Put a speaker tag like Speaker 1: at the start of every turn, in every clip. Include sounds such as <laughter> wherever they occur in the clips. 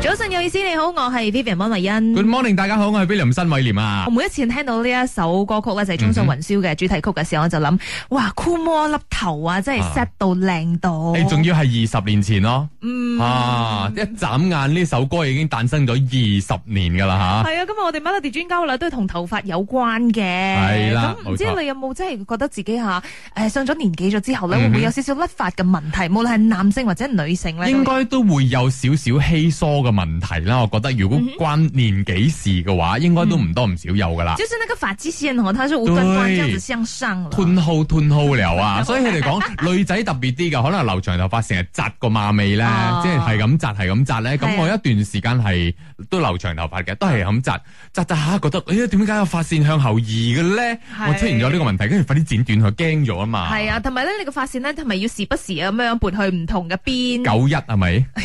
Speaker 1: 早晨有意思，你好，我係 Vivian 溫慧欣。
Speaker 2: Good morning，大家好，我係 William 新偉廉啊
Speaker 1: 我。每一次聽到呢一首歌曲咧，就係《衝上雲霄》嘅主題曲嘅時候，我就諗，哇，酷魔粒頭啊，真係
Speaker 2: 啊
Speaker 1: set 到靚到。
Speaker 2: 你哎仲要係二十年前咯，
Speaker 1: 哦嗯
Speaker 2: 啊，一眨眼呢首歌已經誕生咗二十年噶啦
Speaker 1: 係啊，今日我哋 Melody 專家啦，都係同頭髮有關嘅。
Speaker 2: 係啦
Speaker 1: 咁唔知
Speaker 2: 冇錯
Speaker 1: 你有冇真係覺得自己吓誒上咗年紀咗之後咧，
Speaker 2: 嗯
Speaker 1: 會
Speaker 2: 哼
Speaker 1: 唔會有少少甩髮嘅問題？無論係男性或者女性
Speaker 2: 吓，
Speaker 1: 咧，
Speaker 2: 應該都會有少少稀疏嘅問題啦。我覺得如果關年紀事嘅話，應該都唔多唔少有噶啦。
Speaker 1: 就是那個髮際線哦，它是無端端
Speaker 2: 對
Speaker 1: 這樣子向上了。
Speaker 2: 吞號吞號聊
Speaker 1: <laughs>
Speaker 2: 啊，所以佢哋講女仔特別啲嘅，可能留長頭髮成日紮個馬尾咧
Speaker 1: 哦，
Speaker 2: 即係係咁紮係咁紮咧。
Speaker 1: 係啊
Speaker 2: 咁我一段時間係都留長頭髮嘅，都係咁紮紮紮下，覺得誒點解個髮線向後移嘅咧？
Speaker 1: 係
Speaker 2: 我出現咗呢個問題，跟住快啲剪短佢，驚咗啊嘛。
Speaker 1: 係啊，同埋咧，你個髮線咧，同埋要時不時咁樣撥去唔同嘅邊。
Speaker 2: 九一係咪？ <laughs>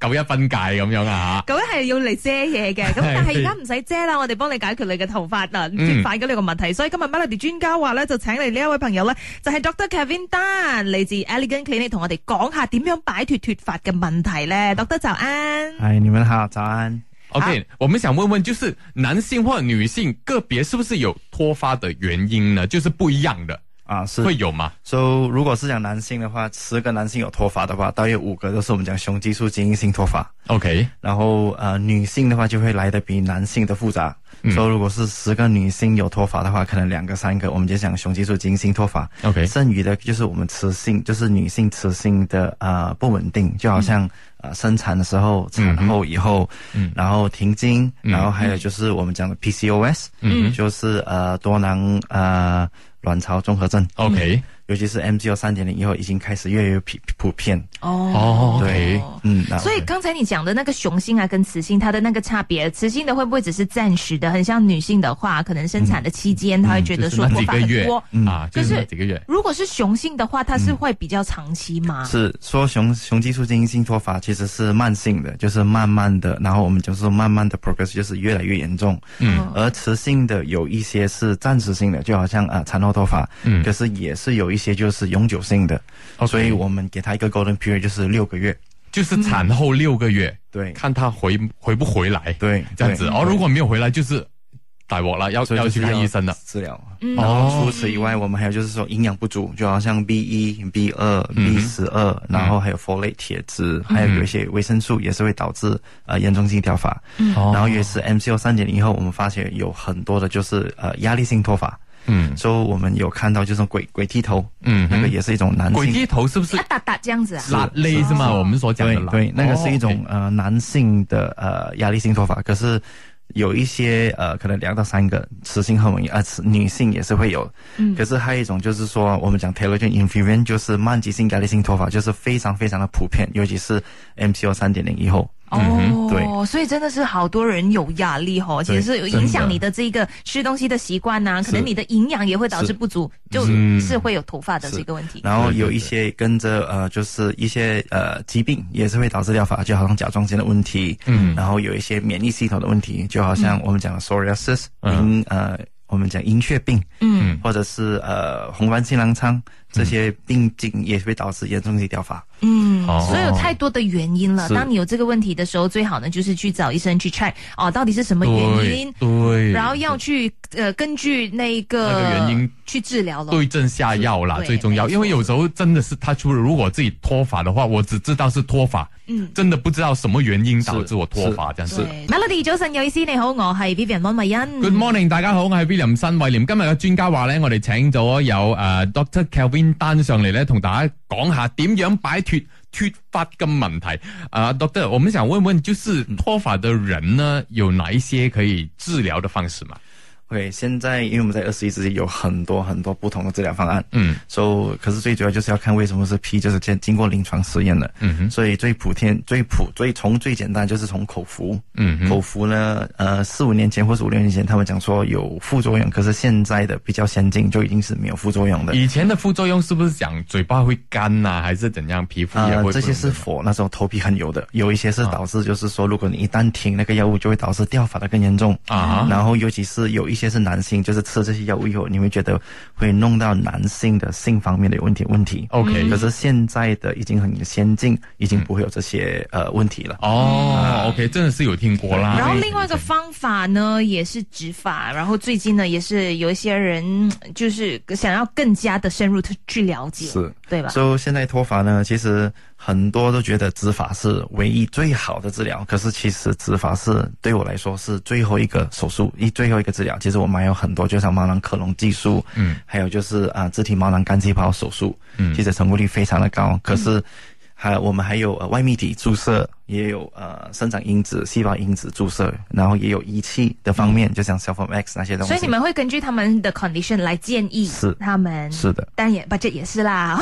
Speaker 2: 九一分界咁樣啊
Speaker 1: 咁係要嚟遮嘢
Speaker 2: <laughs>
Speaker 1: 嘅，咁
Speaker 2: 係
Speaker 1: 但係而家唔使遮啦，我哋幫你解決你嘅頭髮啊
Speaker 2: 嗯
Speaker 1: 脫髮嘅呢個問題。所以今日 Melody 專家話咧，就請嚟呢一位朋友咧，就係 Dr. Kevin Tan 嚟自 Elegant Clinic，同我哋講下點樣擺脱脫髮嘅問題
Speaker 2: 嗯
Speaker 1: 咧。Dr. 早安。
Speaker 3: 嗨，哎你们好，早安。
Speaker 1: 啊
Speaker 2: ？OK，我们想問問，就是男性或女性個別是不是有脱髮的原因呢？就是不一樣的，
Speaker 3: 啊，是
Speaker 2: 會有嗎？
Speaker 3: ，so 如果是讲男性的话，十个男性有脱发的话，大约五个都是我们讲雄激素基因性脱发。
Speaker 2: OK，
Speaker 3: 然后呃，女性的话就会来的比男性的复杂。
Speaker 2: 嗯
Speaker 3: so 如果是十个女性有脱发的话，可能两个三个，我们就讲雄激素基因性脱发。
Speaker 2: OK
Speaker 3: 剩余的就是我们雌性，就是女性雌性的呃不稳定，就好像、呃生产的时候、产后以后，
Speaker 2: 嗯
Speaker 3: 然后停经，
Speaker 2: 嗯
Speaker 3: 然后还有就是我们讲的 PCOS，、
Speaker 2: 嗯
Speaker 3: 就是呃多囊呃卵巢综合症。
Speaker 2: OK，
Speaker 3: 尤其是 MGO 三点零以后，已经开始越来越普普遍。
Speaker 2: 哦，OK
Speaker 3: 嗯，那
Speaker 1: 所以刚才你讲的那个雄性啊跟雌性它的那个差别，雌性的会不会只是暂时的？很像女性的话，可能生产的期间，她会觉
Speaker 2: 嗯就
Speaker 1: 得
Speaker 2: 是
Speaker 1: 说
Speaker 2: 那
Speaker 1: 头
Speaker 2: 几
Speaker 1: 发
Speaker 2: 个月嗯
Speaker 1: 很多。
Speaker 2: 啊，
Speaker 1: 就
Speaker 2: 就是是那几个月。
Speaker 1: 如果是雄性的话，它是会比较长期吗？
Speaker 3: 是说雄雄激素基因性脱发其实是慢性的，就是慢慢的，然后我们就是慢慢的 progress，就是越来越严重。
Speaker 2: 嗯
Speaker 1: 哦
Speaker 3: 而雌性的有一些是暂时性的，就好像啊、呃产后脱发，
Speaker 2: 嗯
Speaker 3: 可是也是有一些就是永久性的
Speaker 2: OK
Speaker 3: 所以我们给它一个 golden period 就是六个月。
Speaker 2: 就是产后六个月，
Speaker 3: 对
Speaker 2: 看他回回不回来，
Speaker 3: 嗯对，
Speaker 2: 这样子。
Speaker 3: 对
Speaker 2: 哦，如果没有回来，就是大镬了，要
Speaker 3: 所以
Speaker 2: 要
Speaker 3: 就是
Speaker 2: 去看医生了。
Speaker 3: 治疗。
Speaker 1: 嗯
Speaker 3: 然后除
Speaker 2: 哦
Speaker 3: 此以外，我们还有就是说营养不足，就好像 B 一、B 二、B
Speaker 2: 嗯
Speaker 3: 十二，然后还有 folate 铁质，还有有一些维生素也是会导致呃严重性掉发。
Speaker 2: 嗯哦
Speaker 3: 然后也是 MCO 三点零以后，我们发现有很多的就是呃压力性脱发，
Speaker 2: 嗯
Speaker 3: 所以我们有看到就是鬼鬼剃头，
Speaker 2: 嗯
Speaker 3: 那个
Speaker 2: 哼，
Speaker 3: 也是一种男
Speaker 2: 鬼
Speaker 3: 性。
Speaker 2: 剃头是不
Speaker 1: 一
Speaker 2: 是
Speaker 1: 笪笪这样子啊？
Speaker 2: 拉勒是吗？我们所讲
Speaker 3: 对
Speaker 2: 的拉
Speaker 3: 对，那个是一种、
Speaker 2: 哦
Speaker 3: 呃男性的呃压力性脱发，可是有一些呃可能两到三个雌性荷尔蒙，呃雌女性也是会有。
Speaker 1: 嗯
Speaker 3: 可是还有一种就是说，我们讲 t a y l o r i n f e r i o n 就是慢急性压力性脱发，就是非常非常的普遍，尤其是 MCO 三点零以后。
Speaker 2: 嗯
Speaker 1: 哦，
Speaker 3: 对
Speaker 1: 所以真的是好多人有压力哦，其实是影响
Speaker 2: 真的
Speaker 1: 你的这个吃东西的习惯呐、可能
Speaker 3: 是
Speaker 1: 你的营养也会导致
Speaker 3: 是
Speaker 1: 不足，就
Speaker 2: 嗯
Speaker 1: 是会有头发的这个问题。
Speaker 3: 然后
Speaker 2: 对对
Speaker 3: 有一些跟着呃，就是一些呃疾病也是会导致掉发，就好像甲状腺的问题，
Speaker 2: 嗯
Speaker 3: 然后有一些免疫系统的问题，就好像我们讲的 psoriasis，
Speaker 2: 嗯
Speaker 3: 银呃，我们讲银屑病，
Speaker 1: 嗯，
Speaker 3: 或者是呃红斑性狼疮这些
Speaker 2: 嗯
Speaker 3: 病菌也会导致严重性掉发。
Speaker 1: 嗯，
Speaker 2: 哦
Speaker 1: 所以有太多的原因了。
Speaker 3: 是
Speaker 1: 当你有这个问题的时候，最好呢就是去找医生去 check 哦，到底是什么原因
Speaker 2: 对，对，
Speaker 1: 然后要去呃根据那个
Speaker 2: 那个原因
Speaker 1: 去治疗咯。
Speaker 2: 对症下药啦，
Speaker 1: 对
Speaker 2: 最重要。
Speaker 1: 没错
Speaker 2: 因为有时候真的是他出，如果自己脱发的话，我只知道是脱发，
Speaker 1: 嗯
Speaker 2: 真的不知道什么原因导致我脱
Speaker 3: 是
Speaker 2: 发这样子。
Speaker 1: 对 Melody 早晨有意思，你好，我系 Vivian 温慧欣。
Speaker 2: Good morning，大家好，我係 William 新偉廉。今日嘅專家話咧，我哋請咗有诶、呃 Dr. Kelvin 丹上嚟咧，同大家講下點樣擺脱脱髮嘅問題。啊、d o c t o r 我們想問問，就是脱髮的人呢，有哪一些可以治療的方式嘛？
Speaker 3: OK，现在因为我们在二十一世纪有很多很多不同的治疗方案，
Speaker 2: 嗯
Speaker 3: 所以可是最主要就是要看为什么是 P，就是先经过临床试验的。
Speaker 2: 嗯哼
Speaker 3: 所以最普遍、最普、最从最简单就是从口服。
Speaker 2: 嗯哼
Speaker 3: 口服呢，呃，四五年前或者五六年前，他们讲说有副作用，可是现在的比较先进，就已经是没有副作用的。
Speaker 2: 以前的副作用是不是講嘴巴會乾啊，還是怎樣，皮膚
Speaker 3: 啊、
Speaker 2: 也會不能用、啊
Speaker 3: 这些是否那时候头皮很油的，有一些是导致就是说，如果你一旦停那个药物，就会导致掉发的更严重
Speaker 2: 啊哈
Speaker 3: 然后尤其是有一些是男性，就是吃这些药物以后，你会觉得会弄到男性的性方面的问题问题。
Speaker 2: OK
Speaker 3: 可是现在的已经很先进，已经不会有这些、呃问题了。
Speaker 2: 哦，OK，真的
Speaker 3: 嗯
Speaker 2: 是有听过啦。
Speaker 1: 然后另外一个方法呢，也是植发。然后最近呢，也是有一些人嗯就是想要更加的深入地去了解，
Speaker 3: 是
Speaker 1: 对吧？
Speaker 3: 所以现在脱发呢，其实很多都觉得植发是唯一最好的治疗，可是其实植发是对我来说是最后一个手术，一最后一个治疗。其实我们还有很多，就像毛囊克隆技术，嗯，还有就是啊、自体毛囊干细胞手术，嗯，其实成功率非常的高，可是。还我们还有呃外泌体注射，也有呃生长因子、细胞因子注射，然后也有仪器的方面，就像消 e X 那些东
Speaker 1: 嗯
Speaker 3: 西。
Speaker 1: 所以你们会根据他们的 condition 来建议
Speaker 3: 是
Speaker 1: 他们，
Speaker 3: 是的，
Speaker 1: 当然也 budget 也是啦，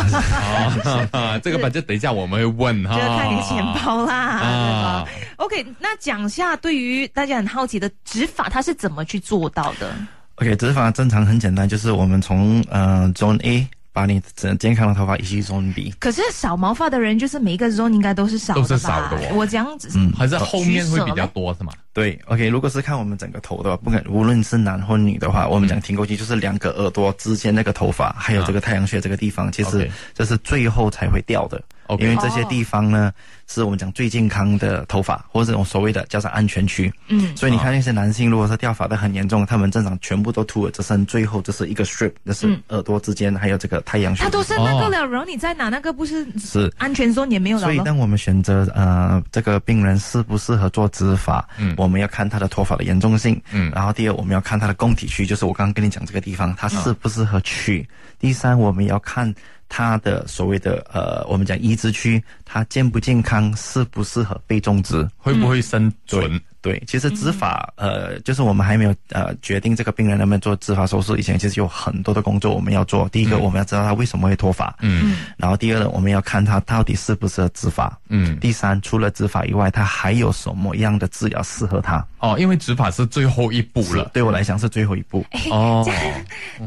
Speaker 2: <laughs> 啊，这个 budget 等一下我们会问哈，
Speaker 1: 就是看你钱包啦，
Speaker 2: 啊
Speaker 1: 对吧？OK，那讲下对于大家很好奇的植发，它是怎么去做到的？
Speaker 3: OK，植发正常很简单，就是我们从呃 Zone A 把你整健康的头发移去 Zone B。
Speaker 1: 可是少毛发的人，就是每一个 zone 应该都是少的吧？
Speaker 2: 都是少的哦
Speaker 1: 我这样子，
Speaker 2: 还是后面会比较多是吗？
Speaker 3: 对，OK，如果是看我们整个头的话，不管无论是男或女的话，我们
Speaker 2: 嗯
Speaker 3: 讲听过去就是两个耳朵之间那个头发，还有这个太阳穴这个地方，其
Speaker 2: 啊 OK
Speaker 3: 实这是最后才会掉的。
Speaker 2: OK
Speaker 3: 因为这
Speaker 1: 哦
Speaker 3: 些地方呢，是我们讲最健康的头发，或者我所谓的叫做安全区。
Speaker 1: 嗯，
Speaker 3: 所以你
Speaker 2: 啊
Speaker 3: 看那些男性，如果是掉发的很严重，他们正常全部都秃了，只剩最后这是一个 strip，就是
Speaker 1: 嗯
Speaker 3: 耳朵之间还有这个太阳穴。
Speaker 1: 它都是那个了，然后你再拿那个不是
Speaker 3: 是
Speaker 1: 安全 zone 也没有了
Speaker 3: 所以，
Speaker 1: 咯。
Speaker 3: 当我们选择呃这个病人适不适合做植发，
Speaker 2: 嗯
Speaker 3: 我们要看他的脱发的严重性，
Speaker 2: 嗯
Speaker 3: 然后第二我们要看他的供体区，就是我刚刚跟你讲这个地方，他适不适合去。第三，我们要看他的所谓的呃，我们讲移植区，他健不健康，适不适合被种植。
Speaker 2: 会不会生存？
Speaker 3: 对，其
Speaker 2: 嗯
Speaker 3: 实植发，呃，就是我们还没有呃决定这个病人能不能做植发手术以前，其实有很多的工作我们要做。第一个，我们要知道他为什么会脱发，
Speaker 2: 嗯
Speaker 3: 然后第二呢，我们要看他到底适不适合植发，
Speaker 2: 嗯，
Speaker 3: 第三，除了植发以外，他还有什么样的治疗适合他？
Speaker 2: 哦，因为植发是最后一步了。
Speaker 3: 对我来讲是最后一
Speaker 2: <laughs>
Speaker 3: 步。
Speaker 1: 哎
Speaker 2: 哦，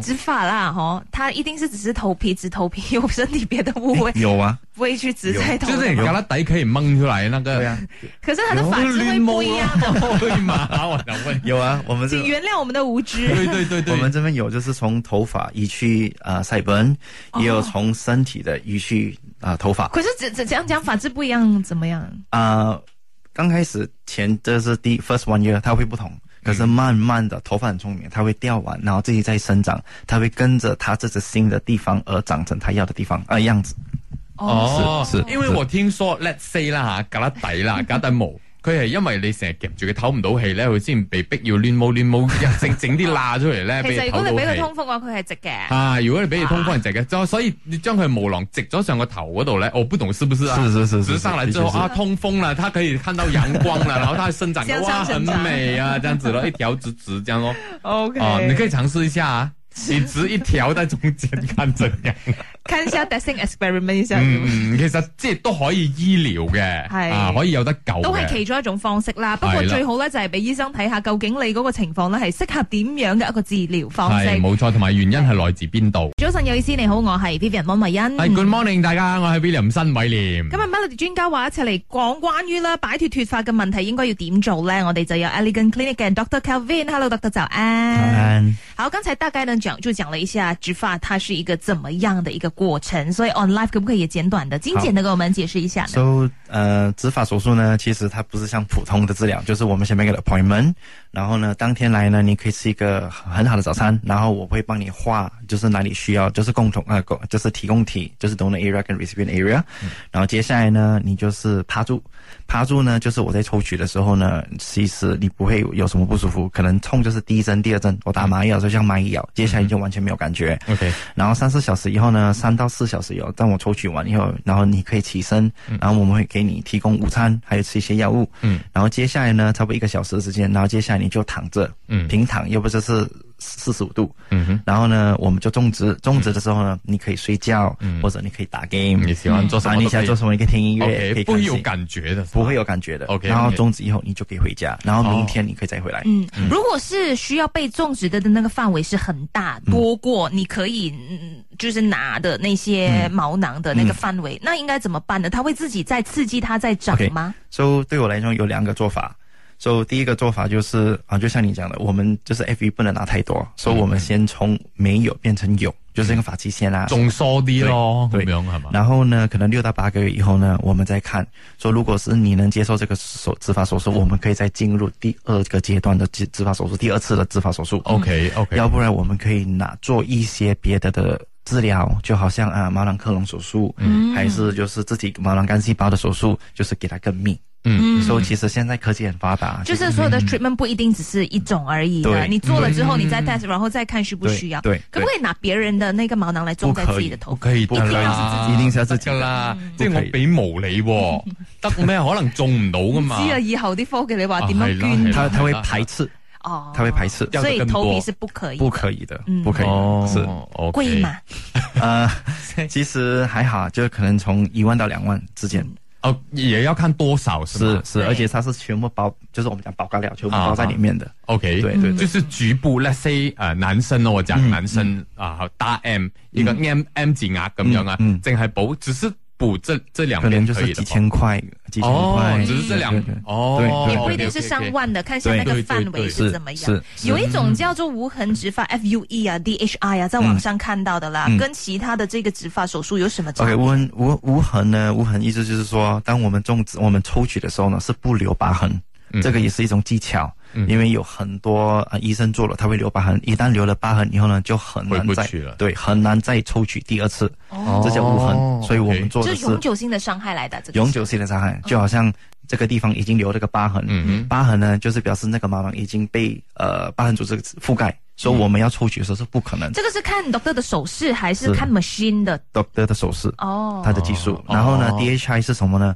Speaker 1: 植发啦，吼，它一定是只是头皮植头皮，有身体别的部位
Speaker 2: <laughs>
Speaker 3: 诶 <laughs> 有啊，
Speaker 1: 不会去植在头
Speaker 2: 就
Speaker 1: 上。
Speaker 2: 是你把它底可以掹出来那个，
Speaker 3: 对啊，
Speaker 1: 可是它的发质会不一样。
Speaker 3: <laughs>
Speaker 2: 哦，会吗？我想问，
Speaker 3: 有啊，我们这
Speaker 1: 请原谅我们的无知。
Speaker 2: 对对对对，
Speaker 3: 我们这边有，就是从头发移去啊晒本，
Speaker 2: 哦
Speaker 3: 也有从身体的移去啊、呃头发
Speaker 1: 可是只只这样讲法质不一样，怎么样？
Speaker 3: 啊、呃刚开始前这是第 first one year，它会不同。可是慢慢的，头发很聪明，它会掉完，然后自己再生长，它会跟着它这只新的地方而长成它要的地方呃样子。
Speaker 2: 哦，
Speaker 3: 是是
Speaker 2: 因為我聽說 let's say 啦嚇，旮旯底啦，
Speaker 3: <laughs>
Speaker 2: 旮旯毛。佢係因為你成日夾住佢唞唔到氣咧，佢先被逼要亂毛亂毛，整整啲罅出嚟咧，
Speaker 1: <laughs> 其
Speaker 2: 俾
Speaker 1: 實
Speaker 2: 佢
Speaker 1: 如果你俾佢
Speaker 2: 唞到氣
Speaker 1: 通。風嘅話，佢係直嘅。
Speaker 2: 啊！如果你俾佢通風係直嘅，
Speaker 3: 啊
Speaker 2: 所所以你將佢毛囊直咗上個頭嗰度咧，我不懂是不是啊？
Speaker 3: 是是是是
Speaker 2: 直上來之後
Speaker 3: 的確是
Speaker 2: 啊，通風啦，它可以看到陽光啦，然後它生長得
Speaker 1: 向上
Speaker 2: 哇，很
Speaker 1: 生長
Speaker 2: 美啊，這樣子咯，一條直直這樣
Speaker 3: <laughs>
Speaker 2: 咯。
Speaker 1: O
Speaker 3: 哎
Speaker 1: K，
Speaker 2: 哦，你可以嘗試一下啊，你直一條在中間看怎
Speaker 1: <laughs>
Speaker 2: 樣。
Speaker 1: 看一下 testing experiment 一下，
Speaker 2: 嗯，嗯其實即係都可以醫療嘅，
Speaker 1: 係
Speaker 2: 啊，可以有得救
Speaker 1: 都係
Speaker 2: 嘅。
Speaker 1: 其中一種方式啦。不過
Speaker 2: 係啦
Speaker 1: 最好咧就係俾醫生睇下，究竟你嗰個情況咧係適合點樣嘅一個治療方式
Speaker 2: 係。冇錯，同埋原因係來自邊度？
Speaker 1: 早晨，有意思，你好，我係 Vivian 温慧欣。
Speaker 2: 係 Good morning，大家，我係 William 新偉廉。
Speaker 1: 嗯今日啊 Melody 專家話一齊嚟講關於啦擺脱脱髮嘅問題應該要點做咧？我哋就有 Elegant Clinic 嘅 Dr. Kelvin，Hello Dr. 早安。
Speaker 3: 嗯
Speaker 1: 好，剛才大概呢講就講了一下植髮它是一個怎麼樣的一個過程，所以 on live 可不可以也簡短的、精簡的給我們解釋一下呢？
Speaker 3: So，呃，植发手术呢，其实它不是像普通的治疗，就是我们先 make an appointment，然后呢，当天来呢，你可以吃一个很好的早餐，然后我会帮你画，就是哪里需要，就是共同呃，共就是提供体，就是 donor area 跟 recipient area，、然后接下来呢，你就是趴住，趴住呢，就是我在抽取的时候呢，其实你不会有什么不舒服，可能痛就是第一针、第二针，我打麻药就像蚂蚁咬，接下来就完全没有感觉，
Speaker 2: OK，
Speaker 3: 然后三四小时以后呢，三到四小时以后，当我抽取完以后，然后你可以起身，然后我们会给你提供午餐，还有吃一些药物。
Speaker 2: 嗯，
Speaker 3: 然后接下来呢，差不多一个小时的时间，然后接下来你就躺着，
Speaker 2: 嗯
Speaker 3: 平躺，要不就是四十五度。
Speaker 2: 嗯哼，
Speaker 3: 然后呢，我们就种植，种植的时候呢，你可以睡觉，
Speaker 2: 嗯
Speaker 3: 或者你可以打 game，
Speaker 2: 你喜
Speaker 1: 嗯
Speaker 2: 歡做什
Speaker 3: 啊，
Speaker 2: 麼
Speaker 3: 你
Speaker 2: 都可
Speaker 3: 想
Speaker 2: 以
Speaker 3: 做。什么，你可以听音乐
Speaker 2: OK，
Speaker 3: 可以
Speaker 2: 不
Speaker 3: 看
Speaker 2: 會
Speaker 3: 戏
Speaker 2: 有感啊覺的，
Speaker 3: 不会。有感觉的。
Speaker 2: OK，OK
Speaker 3: 然后种植以后，你就可以回家，然后明
Speaker 2: 哦
Speaker 3: 天你可以再回来。
Speaker 1: 嗯，如果是需要被种植的那个范围是很大，多过你可以嗯就是拿的那些毛囊的那个范围，那应该怎么办呢？它会自己再刺激它再长
Speaker 3: OK
Speaker 1: 吗？
Speaker 3: 所以对我来说有两个做法。所以第一个做法就是啊，就像你讲的，我们就是 F 一不能拿太多，所以我们先从没有变成有，就是那个法器先啦。
Speaker 2: 仲疏啲咯，咁
Speaker 3: 對
Speaker 2: 樣係嘛？
Speaker 3: 然后呢，可能六到八个月以后呢，我们再看说，如果是你能接受这个手植发手术，我们可以再进入第二个阶段的植植发手术，第二次的植发手术。
Speaker 2: OK OK，
Speaker 3: 要不然我们可以拿做一些别的的治疗，就好像啊毛囊克隆手术，嗯，还是就是自己毛囊干细胞的手术，就是给它更密。嗯，所以其实现在科技很发达，
Speaker 1: 就是所有的 treatment 不一定只是一种而已的，
Speaker 3: 对
Speaker 1: 你做了之后，你再 test，然后再看需不需要。
Speaker 3: 对对
Speaker 1: 可不可以拿别人的那个毛囊来种在自己的头
Speaker 2: 我
Speaker 1: 发？
Speaker 2: 可以得啦，
Speaker 3: 一定是要自己嗯
Speaker 2: 得啦，即
Speaker 3: 不可以
Speaker 2: 係我俾無理
Speaker 3: <laughs>
Speaker 2: 喎，得咩？可能中唔到噶嘛。
Speaker 1: 知啊，以後啲科技你話點
Speaker 2: 啊
Speaker 1: 樣
Speaker 2: 係啦
Speaker 1: 捐
Speaker 2: 係啦
Speaker 3: 它它会排斥，
Speaker 1: 哦，
Speaker 3: 它会排斥，
Speaker 2: 要
Speaker 1: 所
Speaker 2: 得
Speaker 1: 以
Speaker 2: 更
Speaker 1: 头皮
Speaker 2: 多
Speaker 1: 是不可以的，
Speaker 3: 不可以的
Speaker 1: 嗯，
Speaker 3: 不可以
Speaker 2: 哦
Speaker 3: 的，是。
Speaker 2: OK
Speaker 1: 贵嘛？
Speaker 3: 呃，其实还好，就是可能从一万到两万之间，
Speaker 2: 哦，也要看多少是
Speaker 3: 是
Speaker 2: 吗
Speaker 3: 是，
Speaker 1: 对
Speaker 3: 而且它是全部包，就是我们讲包干料，全部包在里面的。
Speaker 2: ？OK，
Speaker 3: 对对对
Speaker 2: 就是局部，let's say 呃男生哦，我
Speaker 3: 嗯
Speaker 2: 讲男生啊，打 M 一个 M M 字額咁樣啊
Speaker 3: 嗯，嗯
Speaker 2: 淨係補，只是補這这兩
Speaker 3: 可能
Speaker 2: 邊
Speaker 3: 就
Speaker 2: 可以的
Speaker 3: 是几
Speaker 2: 話
Speaker 3: 千块，几千
Speaker 2: 哦
Speaker 3: 块，，
Speaker 2: 只是这两
Speaker 3: 对对
Speaker 2: 哦，
Speaker 1: 也
Speaker 3: 对
Speaker 1: 不一定是上万的，看一下那个
Speaker 2: 对对
Speaker 1: 范围
Speaker 2: 对
Speaker 1: 是
Speaker 3: 是
Speaker 1: 怎么样
Speaker 3: 是。是
Speaker 1: 有一种叫做无痕植发 （FUE） 啊、DHI 啊，在网上看到的啦，
Speaker 3: 嗯
Speaker 1: 跟其他的这个植发手术有什么差
Speaker 3: OK，
Speaker 1: 别？
Speaker 3: 无痕无无痕呢？无痕意思就是说，当我们种植、我们抽取的时候呢，是不留疤痕，
Speaker 2: 嗯
Speaker 3: 这个也是一种技巧。因为有很多呃医生做了，他会留疤痕，一旦留了疤痕以后呢，就很难
Speaker 2: 回不
Speaker 3: 再
Speaker 2: 去了
Speaker 3: 对，很难再抽取第二次，
Speaker 1: 哦
Speaker 3: 这叫无痕。
Speaker 2: 哦
Speaker 3: 所以我
Speaker 2: OK
Speaker 3: 们做
Speaker 1: 这
Speaker 3: 的
Speaker 1: 是
Speaker 3: 是
Speaker 1: 永久性的嗯伤害来的，这个
Speaker 3: 永久性的伤害，就好像这个地方已经留了个疤痕，
Speaker 2: 嗯
Speaker 3: 疤痕呢就是表示那个毛囊已经被呃疤痕组织覆盖，所
Speaker 2: 嗯
Speaker 3: 以我们要抽取的时候是不可能
Speaker 1: 这个是看 doctor 的手势还是
Speaker 3: 是
Speaker 1: 看 machine 的？
Speaker 3: doctor 的手势。
Speaker 1: 哦，
Speaker 3: 它的技术。
Speaker 2: 哦
Speaker 3: 然后呢
Speaker 2: 哦
Speaker 3: ，DHI 是什么呢？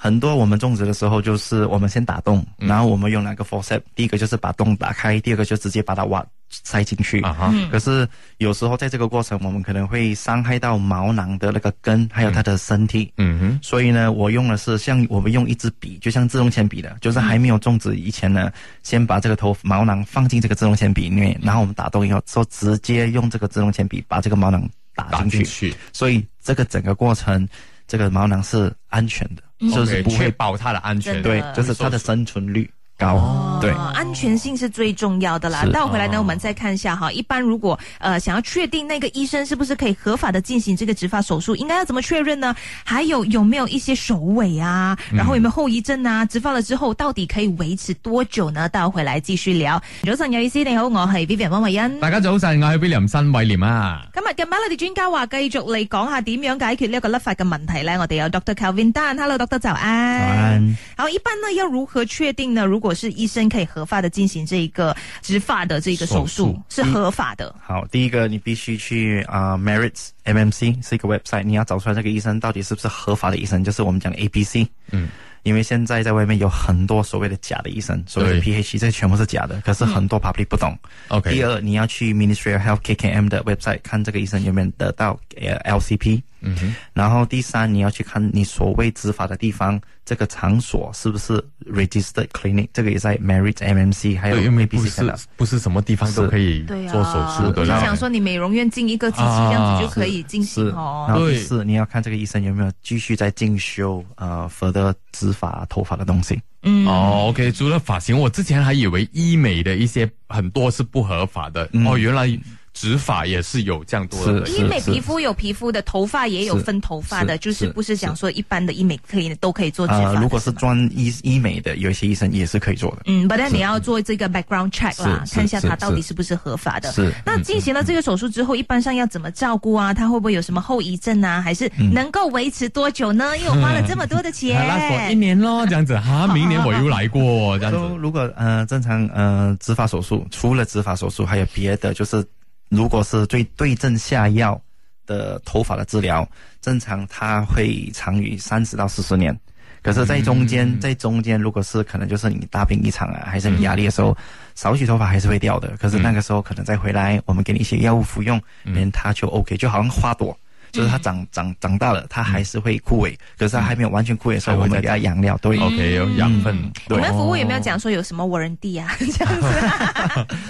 Speaker 3: 很多我们种植的时候，就是我们先打洞，
Speaker 2: 嗯
Speaker 3: 然后我们用两个 forceps，第一个就是把洞打开，第二个就直接把它挖塞进去。
Speaker 2: 啊哈，
Speaker 3: 可是有时候在这个过程，我们可能会伤害到毛囊的那个根，还有它的身体。
Speaker 2: 嗯哼。
Speaker 3: 所以呢，我用的是像我们用一支笔，就像自动铅笔的，就是还没有种植以前呢，先把这个头毛囊放进这个自动铅笔里面，然后我们打洞以后，之后直接用这个自动铅笔把这个毛囊打
Speaker 2: 打
Speaker 3: 进
Speaker 2: 进
Speaker 3: 去。
Speaker 2: 去，
Speaker 3: 所以这个整个过程，这个毛囊是安全的，
Speaker 2: 嗯
Speaker 3: 就
Speaker 2: OK，
Speaker 3: 是不
Speaker 2: 确
Speaker 3: 会
Speaker 2: 保它的安全。
Speaker 1: 真的
Speaker 3: 对，就是它的生存率高，对。
Speaker 1: 啊安全性是最重要的啦。
Speaker 3: 是哦
Speaker 1: 待会回来呢，我们再看一下哈。一般如果呃想要确定那个医生是不是可以合法的进行这个植发手术，应该要怎么确认呢？还有有没有一些手尾啊？
Speaker 3: 嗯
Speaker 1: 然后有没有后遗症啊？植发了之后到底可以维持多久呢？待会回来继续聊。早晨有意思，你好，我系 Vivian 温慧欣。
Speaker 2: 大家早晨，我系 William 新伟廉啊。
Speaker 1: 今日嘅 Melody 專家話繼續嚟講下點樣解決呢一個甩髮嘅問題咧，我哋有 Dr. Calvin Dan，Hello Dr. 早安。
Speaker 3: 早安。
Speaker 1: 好，一般呢要如何確定呢？如果是醫生可以合法的進行這個植髮的这个手
Speaker 2: 手
Speaker 1: 術，是合法的。
Speaker 3: 好，第一个你必须去啊、m e r i t s MMC 是一个 website，你要找出来这个医生到底是不是合法的医生，就是我们讲 ABC。嗯，因为现在在外面有很多所谓的假的医生，所谓的 PHC，这全部是假的，可是很多 public 不懂。
Speaker 2: OK
Speaker 3: 第二，你要去 Ministry of Health KKM 的 website 看这个医生有没有得到呃 LCP。嗯哼。然后第三，你要去看你所谓执法的地方，这个场所是不是 registered clinic，这个也在 Merit MMC 还有
Speaker 2: 对，因为不
Speaker 3: ABC 看
Speaker 2: 是
Speaker 3: 到。
Speaker 2: 不是什么地方都可以
Speaker 1: 对啊，
Speaker 2: 做手术的
Speaker 1: 你
Speaker 2: 啦。
Speaker 1: 想说你美容院进一个机器，
Speaker 2: 啊
Speaker 1: 这样子就可以进行
Speaker 3: 啊是，然
Speaker 1: 哦。
Speaker 3: 后第
Speaker 2: 对
Speaker 3: 四，你要看这个医生有没有继续在进修呃 further 植发头发的东西。
Speaker 1: 嗯，
Speaker 2: 哦，OK，除了发型，我之前还以为医美的一些很多是不合法的，哦，原来植发也是有这样多的
Speaker 3: 是
Speaker 1: 医美皮肤有皮肤的，头发也有分头发的，
Speaker 3: 是
Speaker 1: 就是
Speaker 3: 是
Speaker 1: 不是讲说一般的医美可以都可以做植发
Speaker 3: 呃，
Speaker 1: 的。
Speaker 3: 如果是
Speaker 1: 吗
Speaker 3: 专医医美的，有一些医生也是可以做的。
Speaker 1: 嗯，不但你要做这个 background check 啦，
Speaker 3: 是
Speaker 1: 看一下
Speaker 3: 是
Speaker 1: 它
Speaker 3: 是
Speaker 1: 到底是不是合法的。
Speaker 3: 是
Speaker 2: 嗯
Speaker 1: 那进行了这个手术之后，一般上要怎么照顾啊？它会不会有什么后遗症啊？还是能够维持多久呢？因为我花了这么多的
Speaker 2: <laughs>
Speaker 1: 钱。
Speaker 2: 嗯拉锁一年咯，这样子哈，明年我又来过，这样 <laughs>
Speaker 3: 都
Speaker 2: 子。
Speaker 3: 如果呃正常呃植发手术，除了植发手术，还有别的，就是如果是最对症下药的头发的治疗，正常它会长于三十到四十年。可是，在中间，
Speaker 2: 嗯
Speaker 3: 在中间，如果是可能就是你大病一场啊，还是你压力的时候，少许头发还是会掉的。可是那个时候可能再回来，我们给你一些药物服用，
Speaker 2: 嗯
Speaker 3: 连它就 OK，就好像花朵，就是它长长长大了，它还是会枯萎，可是它还没有完全枯萎的时
Speaker 2: 嗯
Speaker 3: 候，
Speaker 2: 还会
Speaker 3: 我
Speaker 2: 再
Speaker 3: 们给它养料，对，
Speaker 2: 哦 OK，有养分，
Speaker 1: 我
Speaker 2: 对
Speaker 1: 们服务有没有讲说有什么 warranty
Speaker 2: <laughs>
Speaker 1: 啊？这样子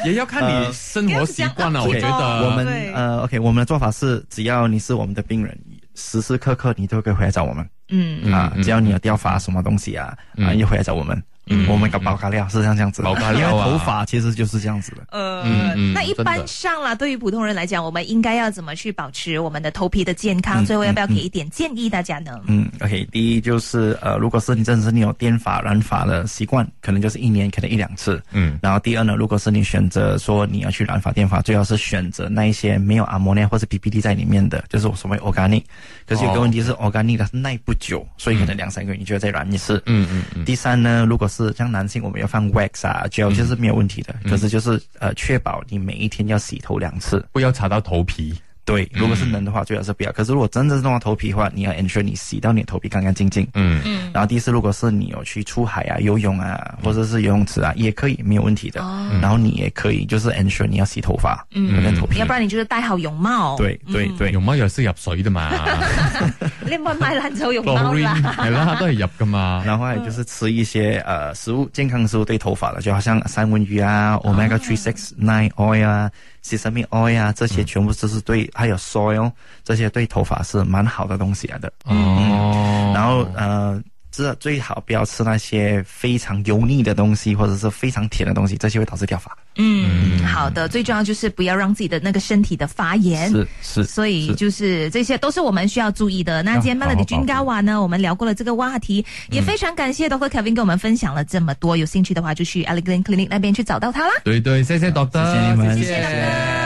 Speaker 2: 也要看你生活习惯呃了。我觉得
Speaker 3: 我
Speaker 1: 对
Speaker 3: 们呃，OK，我们的做法是，只要你是我们的病人，时时刻刻你都可以回来找我们、
Speaker 1: 嗯，嗯
Speaker 3: 啊。只要你有掉发什么东西啊，啊，又回来找我们。我们搞保卡料是像这样子的，
Speaker 2: 保卡料啊
Speaker 3: 因为头发其实就是这样子的。
Speaker 1: 呃，
Speaker 2: 嗯嗯
Speaker 1: 那一
Speaker 2: 真
Speaker 1: 般
Speaker 2: 的
Speaker 1: 上啦，对于普通人来讲，我们应该要怎么去保持我们的头皮的健
Speaker 2: 嗯
Speaker 1: 康？最后要不要给一点建议大家呢？
Speaker 3: 嗯，OK，第一就是呃，如果是你真的是你有电发染发的习惯，可能就是一年可能一两次。
Speaker 2: 嗯
Speaker 3: 然后第二呢，如果是你选择说你要去染发、电发，最好是选择那一些没有阿摩尼或是 PPD 在里面的，就是我所谓 organic。可是有个问题是 organic 它是耐不久，所以可能两三个月你就要再染一次。
Speaker 2: 哦嗯嗯嗯，
Speaker 3: 第三呢，如果是像男性，我们要放 wax 啊 gel，就是没有问题的。
Speaker 2: 嗯
Speaker 3: 可是就是呃，确保你每一天要洗头两次。
Speaker 2: 不要擦到头皮。
Speaker 3: 对，如果是能的话，最好是不要。可是如果真的是弄到头皮的话，你要 ensure 你洗到你的头皮干干净净。
Speaker 2: 嗯
Speaker 3: 嗯。然后第四，如果是你有去出海啊、游泳啊，或者是游泳池啊，也可以没有问题的。
Speaker 1: 哦
Speaker 3: 然后你也可以就是 ensure 你要洗头发，嗯，跟头皮
Speaker 1: 要。不然你就是戴好泳帽， <laughs>
Speaker 3: 对对对，
Speaker 2: 用乜藥先入水啫嘛
Speaker 1: 你唔好買爛走
Speaker 2: <laughs>
Speaker 1: 泳帽啦。
Speaker 2: ，chlorine 系啦，都係入噶嘛。
Speaker 3: 然后还有就是吃一些呃食物，健康食物对头发的，就好像三文鱼啊、omega three six
Speaker 1: 哦
Speaker 3: nine oil 啊、sesame oil
Speaker 1: 嗯
Speaker 3: 啊，这些全部都是对，还有 soil 这些对头发是蛮好的东西来的。
Speaker 2: 哦，
Speaker 3: 然后呃，这最好不要吃那些非常油腻的东西，或者是非常甜的东西，这些会导致掉发。
Speaker 1: 嗯，好的，最重要就是不要让自己的那个身体的发炎。
Speaker 3: 是
Speaker 1: 所以就是这些都是我们需要注意的。那今天
Speaker 2: 要好好
Speaker 1: Melody 君高瓦呢，我们聊过了这个话题，也非常感谢 Dr. Kevin 跟我们分享了这么多。有兴趣的话，就去 Elegant Clinic 那边去找到他啦。
Speaker 2: 對對，謝謝 d o
Speaker 3: 谢谢你们，
Speaker 1: 谢谢 Doctor